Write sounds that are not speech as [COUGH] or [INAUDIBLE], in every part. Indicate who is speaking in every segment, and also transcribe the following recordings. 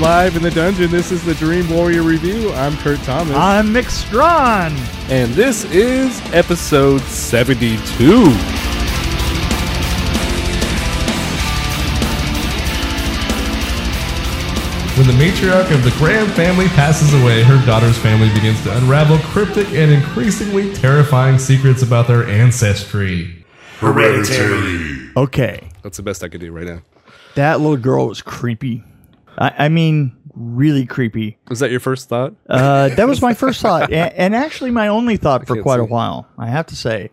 Speaker 1: live in the dungeon. This is the Dream Warrior Review. I'm Kurt Thomas.
Speaker 2: I'm Nick Strawn.
Speaker 1: and this is episode 72.
Speaker 3: When the matriarch of the Graham family passes away, her daughter's family begins to unravel cryptic and increasingly terrifying secrets about their ancestry.
Speaker 4: Hereditary.
Speaker 2: Okay,
Speaker 1: That's the best I could do right now.
Speaker 2: that little girl was creepy. I, I mean, really creepy.
Speaker 1: Was that your first thought?
Speaker 2: Uh, that was my first thought, and, and actually my only thought for quite a while. I have to say,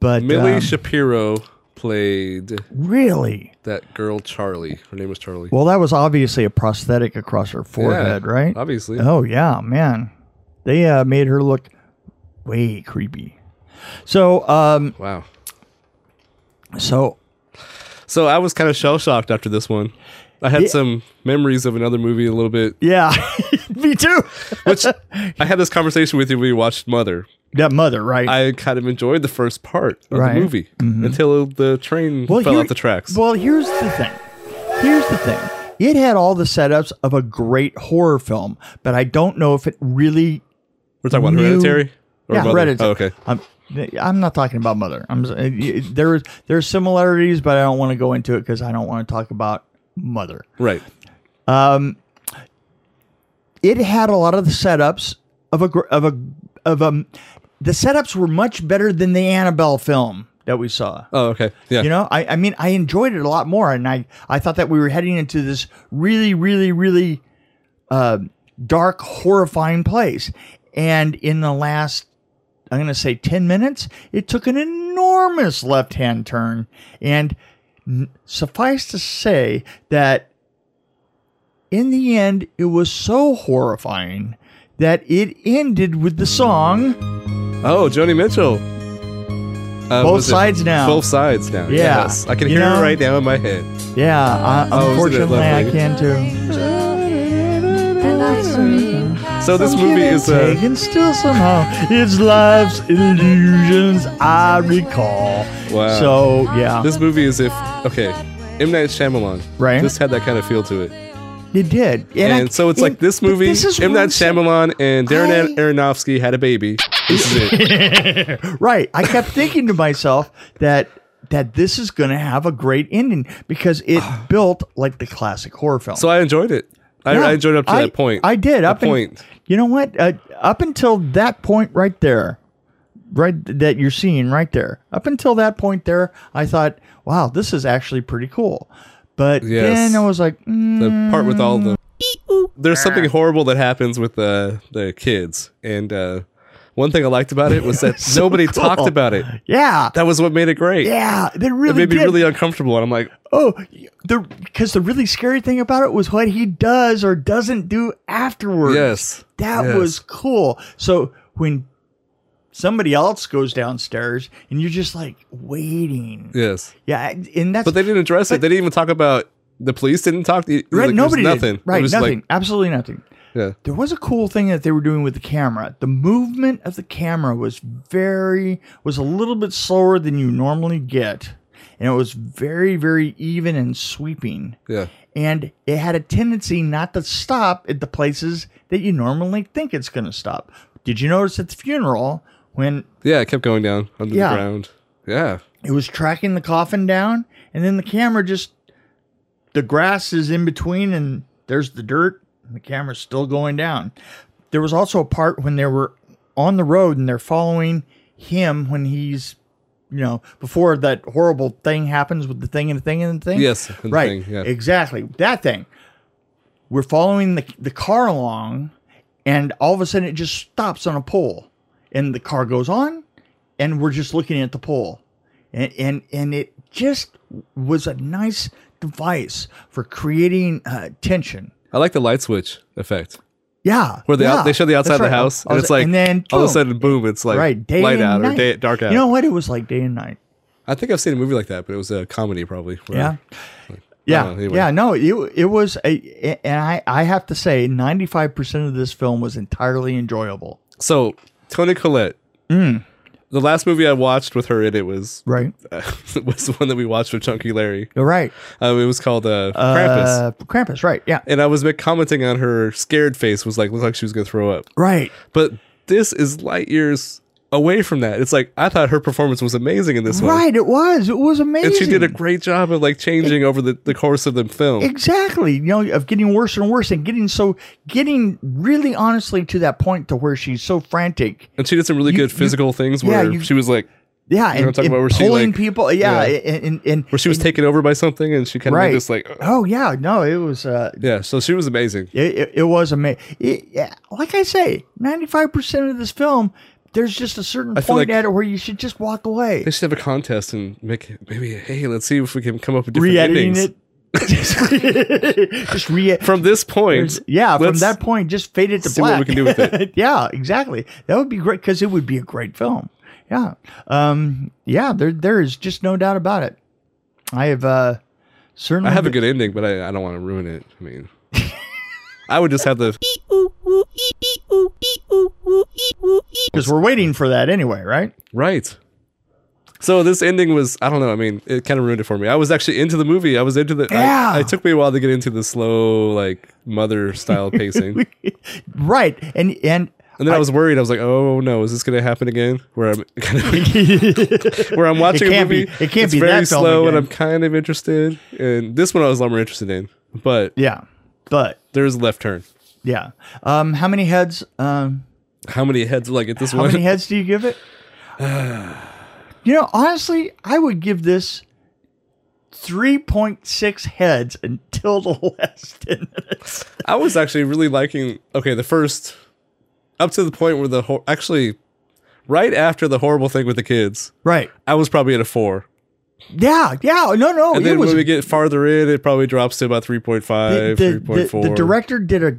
Speaker 2: but
Speaker 1: Millie
Speaker 2: um,
Speaker 1: Shapiro played
Speaker 2: really,
Speaker 1: that girl Charlie. Her name was Charlie.
Speaker 2: well, that was obviously a prosthetic across her forehead, right?
Speaker 1: Obviously.
Speaker 2: Oh yeah, man, they uh, made her look way creepy. So, um,
Speaker 1: Wow.
Speaker 2: so
Speaker 1: So I was kind of shell shocked after this one. I had some memories of another movie a little bit,
Speaker 2: yeah, [LAUGHS] me too.
Speaker 1: which I had this conversation with you when we watched Mother.
Speaker 2: That mother, right?
Speaker 1: I kind of enjoyed the first part of
Speaker 2: Right.
Speaker 1: the movie until the train fell
Speaker 2: here-
Speaker 1: off the tracks.
Speaker 2: Well, here's the thing. Here's the thing. It had all the setups of a great horror film, but I don't know if it really.
Speaker 1: We're talking about
Speaker 2: new-
Speaker 1: Hereditary? Or
Speaker 2: yeah,
Speaker 1: Mother?
Speaker 2: Reddit.
Speaker 1: Oh, okay.
Speaker 2: I'm, I'm not talking about Mother. I'm s- uh, there. There are similarities, but I don't want to go into it because I don't want to talk about Mother.
Speaker 1: Right.
Speaker 2: It had a lot of the setups of a gr- of a of um. The setups were much better than the Annabelle film that we saw.
Speaker 1: Oh, okay. Yeah.
Speaker 2: [LAUGHS] You know, I, I mean, I enjoyed it a lot more, and I, I thought that we were heading into this really, really, really uh, dark, horrifying place. And in the last, I'm going to say 10 minutes, it took an enormous left hand turn. And n- suffice to say that in the end, it was so horrifying that it ended with the song.
Speaker 1: oh, Joni Mitchell. Uh,
Speaker 2: Both
Speaker 1: was it-
Speaker 2: sides now.
Speaker 1: Both sides now.
Speaker 2: Yeah.
Speaker 1: Yes. I can
Speaker 2: You
Speaker 1: hear
Speaker 2: know?
Speaker 1: it right now in my head.
Speaker 2: Yeah, I,
Speaker 1: Oh, isn't it
Speaker 2: unfortunately, I
Speaker 1: lovely?
Speaker 2: can too.
Speaker 1: So this
Speaker 2: Some
Speaker 1: movie
Speaker 2: give
Speaker 1: is
Speaker 2: and
Speaker 1: uh,
Speaker 2: take and still somehow it's life's illusions I recall.
Speaker 1: Wow.
Speaker 2: So yeah,
Speaker 1: This movie is if okay, M Night Shyamalan.
Speaker 2: Right.
Speaker 1: This had that kind of feel to it,
Speaker 2: it did, and,
Speaker 1: and,
Speaker 2: I-
Speaker 1: so it's
Speaker 2: and-
Speaker 1: like this
Speaker 2: but
Speaker 1: movie.
Speaker 2: This is
Speaker 1: M
Speaker 2: what
Speaker 1: Night
Speaker 2: I'm saying.
Speaker 1: Shyamalan and Darren
Speaker 2: I-
Speaker 1: Aronofsky had a baby. This is
Speaker 2: [LAUGHS]
Speaker 1: it.
Speaker 2: Right. I kept thinking to myself that that this is going to have a great ending because
Speaker 1: [SIGHS]
Speaker 2: it built like the classic horror film.
Speaker 1: So I enjoyed it. I,
Speaker 2: Yeah,
Speaker 1: I enjoyed up to
Speaker 2: I-
Speaker 1: that point.
Speaker 2: I did
Speaker 1: The
Speaker 2: up and-
Speaker 1: point.
Speaker 2: you know what? Uh, up until that point, right there, right that you're seeing right there. Up until that point, there, I thought, "Wow, this is actually pretty cool." But
Speaker 1: Yes.
Speaker 2: then I was like, mm,
Speaker 1: the part with all the there's something horrible that happens with the the kids and uh one thing i liked about it was
Speaker 2: [LAUGHS]
Speaker 1: that nobody
Speaker 2: cool.
Speaker 1: talked about it
Speaker 2: "Yeah,
Speaker 1: that was what made it great
Speaker 2: yeah, they
Speaker 1: it
Speaker 2: really
Speaker 1: made me
Speaker 2: did.
Speaker 1: really uncomfortable and i'm like
Speaker 2: oh, the because the really scary thing about it was what he does or doesn't do afterwards.
Speaker 1: yes
Speaker 2: That
Speaker 1: Yes.
Speaker 2: was cool. So when somebody else goes downstairs and you're just like waiting.
Speaker 1: yes
Speaker 2: Yeah, and that's
Speaker 1: but they didn't address it they didn't even talk about the police didn't talk to e,
Speaker 2: right. nobody did.
Speaker 1: nothing It
Speaker 2: Right,
Speaker 1: was
Speaker 2: nothing.
Speaker 1: like
Speaker 2: absolutely nothing.
Speaker 1: yeah
Speaker 2: There was a cool thing that they were doing with the camera. The movement of the camera was very was a little bit slower than you normally get, and it was very very even and sweeping.
Speaker 1: yeah
Speaker 2: And it had a tendency not to stop at the places that you normally think it's going to stop. Did you notice at the funeral when
Speaker 1: yeah it kept going down under
Speaker 2: Yeah.
Speaker 1: the ground yeah
Speaker 2: it was tracking the coffin down and then the camera just the grass is in between and there's the dirt and the camera's still going down there was also a part when they were on the road and they're following him when he's you know before that horrible thing happens with the thing and the thing and the thing
Speaker 1: Yes, and the
Speaker 2: right
Speaker 1: thing, yeah.
Speaker 2: exactly that thing we're following the, the car along and all of a sudden it just stops on a pole and the car goes on and we're just looking at the pole and and and it just was a nice device for creating uh, tension
Speaker 1: i like the light switch effect
Speaker 2: yeah
Speaker 1: where they
Speaker 2: yeah,
Speaker 1: they show the
Speaker 2: that's
Speaker 1: outside of the
Speaker 2: right.
Speaker 1: house
Speaker 2: I
Speaker 1: and
Speaker 2: was-
Speaker 1: it's like
Speaker 2: and then
Speaker 1: all of a
Speaker 2: boom,
Speaker 1: sudden boom it's like
Speaker 2: right day
Speaker 1: light
Speaker 2: and
Speaker 1: out
Speaker 2: night.
Speaker 1: or day, dark out
Speaker 2: you know what it was like day and night
Speaker 1: I think I've seen a movie like that, but it was a comedy probably. where-
Speaker 2: Yeah. Yeah,
Speaker 1: Oh, anyway.
Speaker 2: yeah, no, it, it was, a, and I, I have to say, ninety five percent of this film was entirely enjoyable. Mm.
Speaker 1: So Tony Collette the last movie I watched with her in it was
Speaker 2: Right.
Speaker 1: [LAUGHS] was the one that we watched with Chunky Larry.
Speaker 2: You're right.
Speaker 1: Um, it was called uh, Krampus.
Speaker 2: Uh, Krampus, right. Yeah.
Speaker 1: and I was ma- commenting on her scared face was like looked like she was gonna throw up.
Speaker 2: Right.
Speaker 1: But this is light years away from that. It's like I thought her performance was amazing in this one.
Speaker 2: Right. It was. It was amazing.
Speaker 1: And she did a great job of like changing over the, the course of the film.
Speaker 2: Exactly. You know, of getting worse and worse and getting so, getting really honestly to that point to where she's so frantic.
Speaker 1: and she did some really
Speaker 2: You-
Speaker 1: good
Speaker 2: you-
Speaker 1: physical things
Speaker 2: yeah,
Speaker 1: where
Speaker 2: you-
Speaker 1: she was like
Speaker 2: Yeah.
Speaker 1: know what I'm
Speaker 2: And,
Speaker 1: talking
Speaker 2: and
Speaker 1: about, where she,
Speaker 2: pulling
Speaker 1: like-
Speaker 2: people. Yeah.
Speaker 1: yeah.
Speaker 2: And, and, and,
Speaker 1: where she was taken over by something and she kind of
Speaker 2: Right.
Speaker 1: made this like uh,
Speaker 2: oh, yeah. No, it was, uh,
Speaker 1: yeah, so she was amazing.
Speaker 2: it, it, it was amazing. yeah, like I say, 95% of this film, there's just a certain
Speaker 1: I feel
Speaker 2: point
Speaker 1: like-
Speaker 2: at it where you should just walk away.
Speaker 1: They should have a contest and make it maybe hey, let's see if we can come up with different
Speaker 2: Re-editing
Speaker 1: endings.
Speaker 2: it. [LAUGHS] just re [LAUGHS]
Speaker 1: From this point,
Speaker 2: yeah, from
Speaker 1: let's-
Speaker 2: that point, just fade it to
Speaker 1: see what
Speaker 2: black.
Speaker 1: we can do with it.
Speaker 2: [LAUGHS] yeah, exactly. That would be great because it would be a great film. Yeah, um, yeah. There, there is just no doubt about it. I have uh, certainly.
Speaker 1: I have a good ending, but I, I don't want to ruin it. I mean, [LAUGHS] I would just have the
Speaker 2: because we're waiting for that anyway, right? [LAUGHS]
Speaker 1: right. So this ending was I don't know. I mean, it kind of ruined it for me. I was actually into the movie. I was into the. I-
Speaker 2: Yeah.
Speaker 1: I, it took me a while to get into the slow like mother
Speaker 2: [LAUGHS]
Speaker 1: style pacing,
Speaker 2: Right, and and [LAUGHS]
Speaker 1: and then I, was worried. I was like, oh no, is this going to happen again? Where I'm [LAUGHS] kind
Speaker 2: [LAUGHS]
Speaker 1: of where I'm watching a
Speaker 2: can't
Speaker 1: movie.
Speaker 2: be- it can't
Speaker 1: it's
Speaker 2: be
Speaker 1: very
Speaker 2: that film
Speaker 1: slow, and I'm
Speaker 2: again.
Speaker 1: kind of interested. And this one I was a lot more interested in, but
Speaker 2: yeah, but
Speaker 1: there's a left turn.
Speaker 2: yeah. Um, how many heads? Um,
Speaker 1: How many heads will I get this
Speaker 2: How
Speaker 1: one?
Speaker 2: many heads do you give it?
Speaker 1: [SIGHS] Uh.
Speaker 2: you know, honestly, I would give this 3.6 heads until the [LAUGHS] last 10 minutes.
Speaker 1: [LAUGHS] I was actually really liking. Okay, the first up to the point where the hor- actually right after the horrible thing with the kids,
Speaker 2: Right.
Speaker 1: I was probably at a four.
Speaker 2: Yeah, yeah. No, no.
Speaker 1: And
Speaker 2: it
Speaker 1: then
Speaker 2: Oh, was
Speaker 1: when we get farther in, it probably drops to about three point
Speaker 2: the,
Speaker 1: five,
Speaker 2: the,
Speaker 1: three
Speaker 2: the-
Speaker 1: point
Speaker 2: the
Speaker 1: four.
Speaker 2: director did a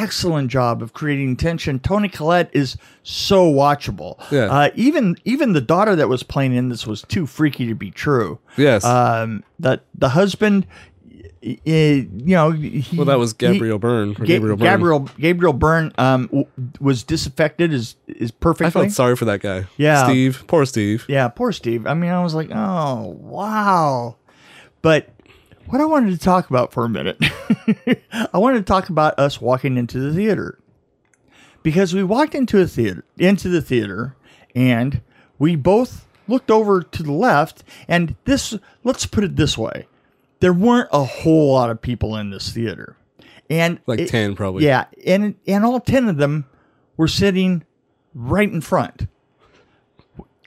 Speaker 2: excellent job of creating tension. Tony Collette is so watchable.
Speaker 1: Yeah.
Speaker 2: Uh, even even the daughter that was playing in this was too freaky to be true.
Speaker 1: Yes.
Speaker 2: Um, the the husband, y- y- you know, he,
Speaker 1: well, that was
Speaker 2: he-
Speaker 1: Gabriel Byrne. or
Speaker 2: Ga-
Speaker 1: Gabriel
Speaker 2: Gabriel
Speaker 1: Byrne.
Speaker 2: Gabriel Byrne um, w- was disaffected is is
Speaker 1: I
Speaker 2: perfectly.
Speaker 1: felt sorry for that guy.
Speaker 2: Yeah.
Speaker 1: Steve. Poor Steve.
Speaker 2: yeah, poor Steve. I mean, I was like, oh wow, but what I wanted to talk about for a minute, [LAUGHS] I wanted to talk about us walking into the theater because we walked into a theater into the theater and we both looked over to the left and this let's put it this way there weren't a whole lot of people in this theater and
Speaker 1: Like
Speaker 2: it-
Speaker 1: 10 probably.
Speaker 2: yeah and and all 10 of them were sitting right in front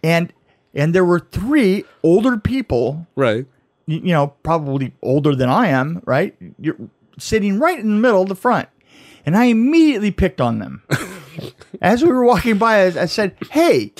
Speaker 2: and and there were three older people
Speaker 1: Right.
Speaker 2: you, you know, probably older than I am, right? You're sitting right in the middle of the front. And I immediately picked on them. As we were walking by, I, I said, Hey,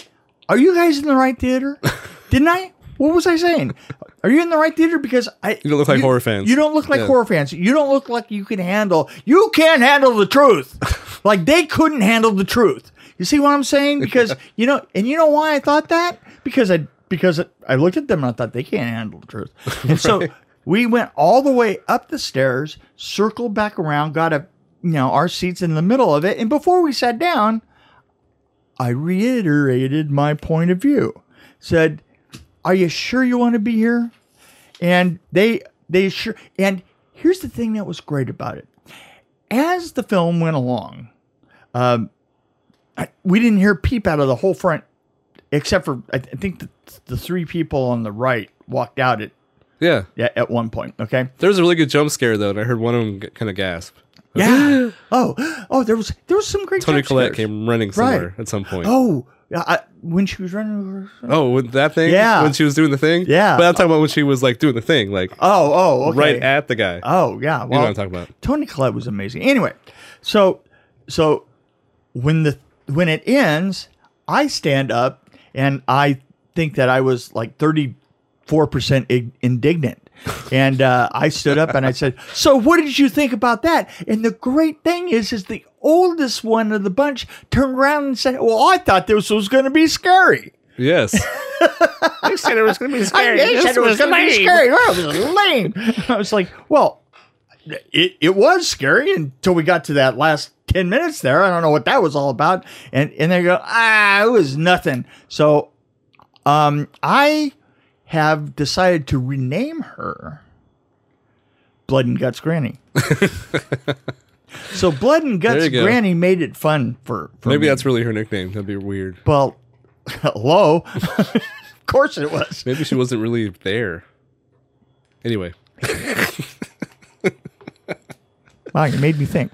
Speaker 2: are you guys in the right theater?
Speaker 1: [LAUGHS]
Speaker 2: Didn't I? What was I saying? Are you in the right theater? Because I
Speaker 1: You don't look like horror fans.
Speaker 2: You don't look like
Speaker 1: Yeah.
Speaker 2: horror fans. You don't look like you can handle. You can't handle
Speaker 1: [LAUGHS]
Speaker 2: the truth. like they couldn't handle the truth. You see what I'm saying?
Speaker 1: [LAUGHS]
Speaker 2: Because you know, and you know why I thought that? Because I because I looked at them and I thought they can't handle
Speaker 1: [LAUGHS]
Speaker 2: the truth. And so we went all the way up the stairs, circled back around, got a you know our seats in the middle of it, and before we sat down, I reiterated my point of view. Said, "Are you sure you want to be here?" and they they sure and here's the thing that was great about it as the film went along um I, we didn't hear peep out of the whole front except for i, th- I think the, the three people on the right walked out at
Speaker 1: Yeah.
Speaker 2: at at one point okay
Speaker 1: There was a really good jump scare though, and I heard one of them kind of gasp.
Speaker 2: yeah [GASPS] oh oh there was there was some great
Speaker 1: Tony
Speaker 2: jump
Speaker 1: Collette
Speaker 2: scares.
Speaker 1: came running somewhere at some point.
Speaker 2: oh yeah, I, when she was running over
Speaker 1: Oh, with that thing?
Speaker 2: Yeah.
Speaker 1: When she was doing the thing?
Speaker 2: Yeah.
Speaker 1: But I'm talking about when she was like doing the thing, like
Speaker 2: oh oh okay.
Speaker 1: right at the guy.
Speaker 2: oh yeah well
Speaker 1: you know what I'm talking about.
Speaker 2: Tony Collette was amazing. Anyway, so so when the when it ends, I stand up and I think that I was like thirty four percent
Speaker 1: [LAUGHS]
Speaker 2: indignant, and uh, I stood up and I said, "So what did you think about that?" And the great thing is, is the oldest one of the bunch turned around and said, "Well, I thought this was going to be scary." [LAUGHS]
Speaker 1: Yes.
Speaker 5: I said it was going to be
Speaker 2: I
Speaker 5: scary.
Speaker 2: said it was gonna be
Speaker 5: lame.
Speaker 2: [LAUGHS] scary. Oh, it was lame. I was like, well, it, it was scary until we got to that last 10 minutes there. I don't know what that was all about. And, and they go, ah, it was nothing. So, um, I have decided to rename her Blood and
Speaker 1: [LAUGHS]
Speaker 2: Guts Granny. so Blood and Guts
Speaker 1: you go.
Speaker 2: Granny made it fun for, for
Speaker 1: Maybe
Speaker 2: me.
Speaker 1: that's really her nickname. That'd be weird.
Speaker 2: well, [LAUGHS] hello. [LAUGHS] of course
Speaker 1: [LAUGHS]
Speaker 2: it was.
Speaker 1: Maybe she wasn't really there. Anyway,
Speaker 2: Wow, you made me think.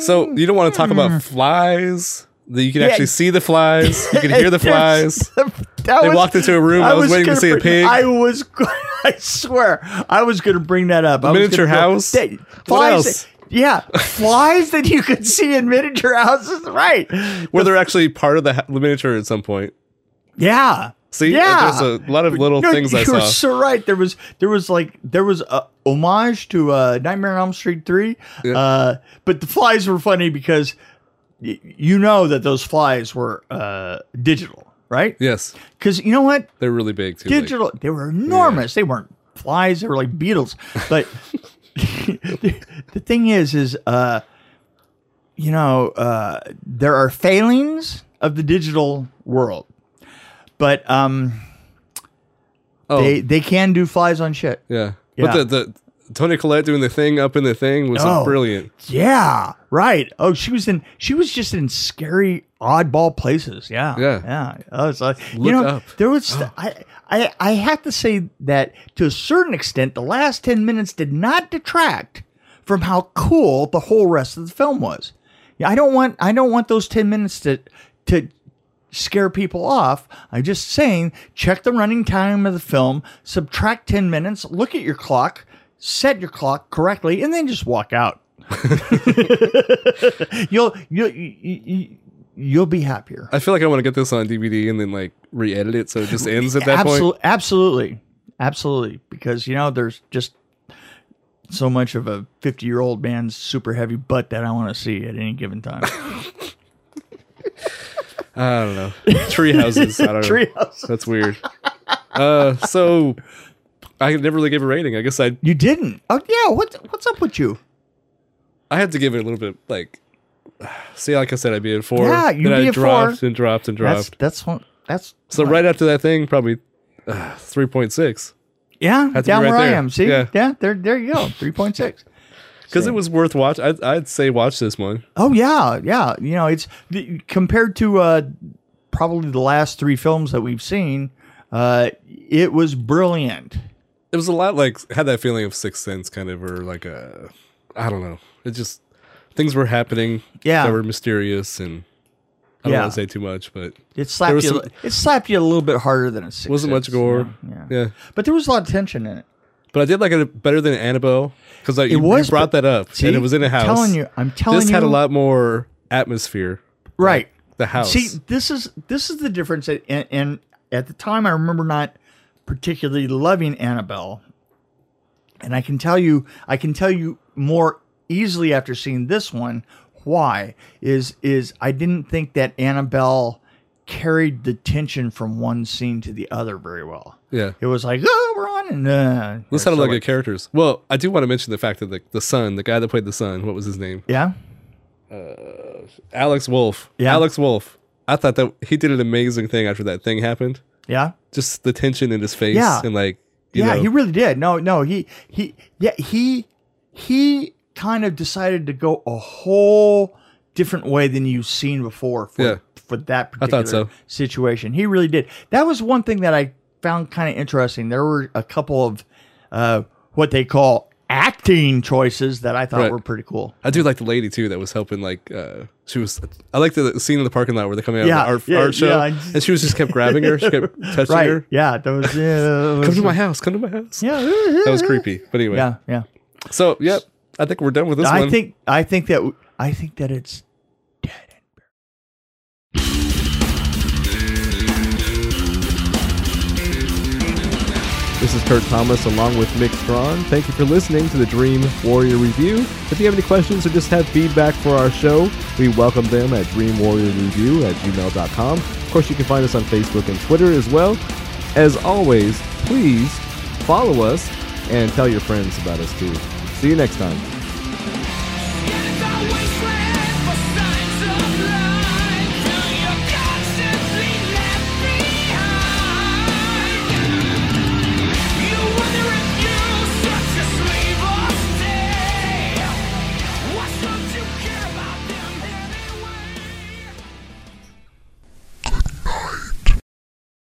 Speaker 1: so you don't want to talk
Speaker 2: Mm.
Speaker 1: about flies. That you can actually see the flies. You can
Speaker 2: [LAUGHS]
Speaker 1: hear the flies.
Speaker 2: That
Speaker 1: They walked into a room. I was waiting to
Speaker 2: gonna
Speaker 1: see a
Speaker 2: bring-
Speaker 1: pig.
Speaker 2: I was, go- [LAUGHS] I swear, I was going to bring that up. I was
Speaker 1: miniature
Speaker 2: gonna go-
Speaker 1: house?
Speaker 2: That-
Speaker 1: What
Speaker 2: flies.
Speaker 1: else?
Speaker 2: yeah, flies that you could see in miniature houses. Right.
Speaker 1: Where they're actually part of the, ha- the miniature at some point.
Speaker 2: Yeah.
Speaker 1: See,
Speaker 2: yeah.
Speaker 1: there's a lot of little
Speaker 2: No,
Speaker 1: things I
Speaker 2: you were
Speaker 1: saw.
Speaker 2: so right. There was there was like there was a homage to uh, Nightmare on Elm Street three, uh, but the flies were funny because y- you know that those flies were uh, digital, right?
Speaker 1: yes,
Speaker 2: Because you know what,
Speaker 1: they're really big too. like-
Speaker 2: digital they were enormous. They weren't flies; they were like beetles. But [LAUGHS] the, the thing is, is uh, you know, uh, there are failings of the digital world, but um
Speaker 1: oh,
Speaker 2: they they can do flies on shit.
Speaker 1: yeah.
Speaker 2: Yeah.
Speaker 1: But the, the Tony Collette doing the thing up in the thing was
Speaker 2: Oh.
Speaker 1: brilliant.
Speaker 2: Yeah, right. Oh, she was in. She was just in scary, oddball places. Yeah,
Speaker 1: Yeah.
Speaker 2: yeah. Oh, it's like you
Speaker 1: Look
Speaker 2: know,
Speaker 1: up.
Speaker 2: there was. I, I, I have to say that to a certain extent, the last ten minutes did not detract from how cool the whole rest of the film was. Yeah, I don't want. I don't want those ten minutes to to scare people off. I'm just saying, check the running time of the film, subtract ten minutes, look at your clock, set your clock correctly, and then just
Speaker 1: [LAUGHS]
Speaker 2: walk out [LAUGHS] you'll you'll you, you'll be happier.
Speaker 1: I feel like I want to get this on DVD and then like re-edit it so it
Speaker 2: [LAUGHS]
Speaker 1: just ends at that point.
Speaker 2: Absol- Absolutely, absolutely, because you know there's just so much of a 50 year old man's super heavy butt that I want to see at any given
Speaker 1: [LAUGHS]
Speaker 2: time.
Speaker 1: I don't know. Tree houses.
Speaker 2: [LAUGHS]
Speaker 1: I don't know.
Speaker 2: Treehouse.
Speaker 1: That's weird. Uh, so I never really gave a rating. I guess I
Speaker 2: You didn't? Oh yeah. What's what's up with you?
Speaker 1: I had to give it a little bit like. [SIGHS] See, like I said, I'd be at four.
Speaker 2: Yeah, you'd
Speaker 1: then
Speaker 2: be
Speaker 1: I
Speaker 2: at four.
Speaker 1: dropped and dropped and dropped.
Speaker 2: That's that's one. That's
Speaker 1: so right after that thing, probably uh, three point six.
Speaker 2: yeah,
Speaker 1: Had to be
Speaker 2: down
Speaker 1: right
Speaker 2: where I
Speaker 1: there.
Speaker 2: am. See,
Speaker 1: Yeah.
Speaker 2: there, there you go. Three point six.
Speaker 1: Because it was worth watch. I'd, I'd say watch this one.
Speaker 2: Oh yeah, yeah. You know, it's the, compared to uh, probably the last three films that we've seen. Uh, it was brilliant.
Speaker 1: It was a lot like had that feeling of Sixth Sense, kind of, or like a, I don't know. It just things were happening.
Speaker 2: Yeah.
Speaker 1: that were mysterious, and I don't
Speaker 2: Yeah.
Speaker 1: want to say too much, but
Speaker 2: It
Speaker 1: There
Speaker 2: slapped
Speaker 1: was
Speaker 2: you.
Speaker 1: some-
Speaker 2: it slapped you a little bit harder than a six.
Speaker 1: wasn't much
Speaker 2: Sense,
Speaker 1: gore.
Speaker 2: you know? Yeah,
Speaker 1: yeah.
Speaker 2: but there was a lot of tension in it.
Speaker 1: But I did like it better than Annabelle because like, you, you
Speaker 2: was,
Speaker 1: brought
Speaker 2: but-
Speaker 1: that up
Speaker 2: see?
Speaker 1: and it was in a
Speaker 2: I'm
Speaker 1: house.
Speaker 2: telling you- I'm telling
Speaker 1: this had a
Speaker 2: you-
Speaker 1: lot more atmosphere.
Speaker 2: Right.
Speaker 1: The house.
Speaker 2: See, this is this is the difference. And, and at the time, I remember not particularly loving Annabelle, and I can tell you, I can tell you more easily after seeing this one why is is I didn't think that Annabelle carried the tension from one scene to the other very well.
Speaker 1: yeah.
Speaker 2: It was like, oh, we're on, and uh,
Speaker 1: This had a lot of good characters. Well, I do want to mention the fact that the, the son, the guy that played the son, what was his name?
Speaker 2: yeah.
Speaker 1: Alex Wolf.
Speaker 2: Yeah.
Speaker 1: Alex Wolf. I thought that he did an amazing thing after that thing happened.
Speaker 2: Yeah.
Speaker 1: Just the tension in his face
Speaker 2: Yeah.
Speaker 1: and like, you
Speaker 2: yeah,
Speaker 1: know,
Speaker 2: he really did. No, no, he he yeah, he he kind of decided to go a whole different way than you've seen before for
Speaker 1: Yeah.
Speaker 2: for that
Speaker 1: I
Speaker 2: particular
Speaker 1: thought so.
Speaker 2: situation. He really did. That was one thing that I found kind of interesting. There were a couple of uh what they call acting choices that I thought
Speaker 1: Right.
Speaker 2: were pretty cool.
Speaker 1: I do like the lady too that was helping. Like uh, she was, I like the scene in the parking lot where they're coming out
Speaker 2: Yeah,
Speaker 1: of the art,
Speaker 2: yeah,
Speaker 1: art show,
Speaker 2: yeah, I just-
Speaker 1: and she was just kept grabbing her, she
Speaker 2: [LAUGHS]
Speaker 1: kept touching
Speaker 2: Right.
Speaker 1: her.
Speaker 2: Yeah, that was, yeah, that
Speaker 1: [LAUGHS] Come
Speaker 2: was
Speaker 1: to my house, come to my house.
Speaker 2: yeah.
Speaker 1: that was creepy. But anyway,
Speaker 2: Yeah, yeah.
Speaker 1: So yep, I think we're done with this
Speaker 2: I
Speaker 1: one.
Speaker 2: think I think that I think that it's
Speaker 5: This is Kurt Thomas along with Mick Strawn. Thank you for listening to the Dream Warrior Review. If you have any questions or just have feedback for our show, we welcome them at dreamwarriorreview at gmail.com. Of course, you can find us on Facebook and Twitter as well. As always, please follow us and tell your friends about us too. See you next time.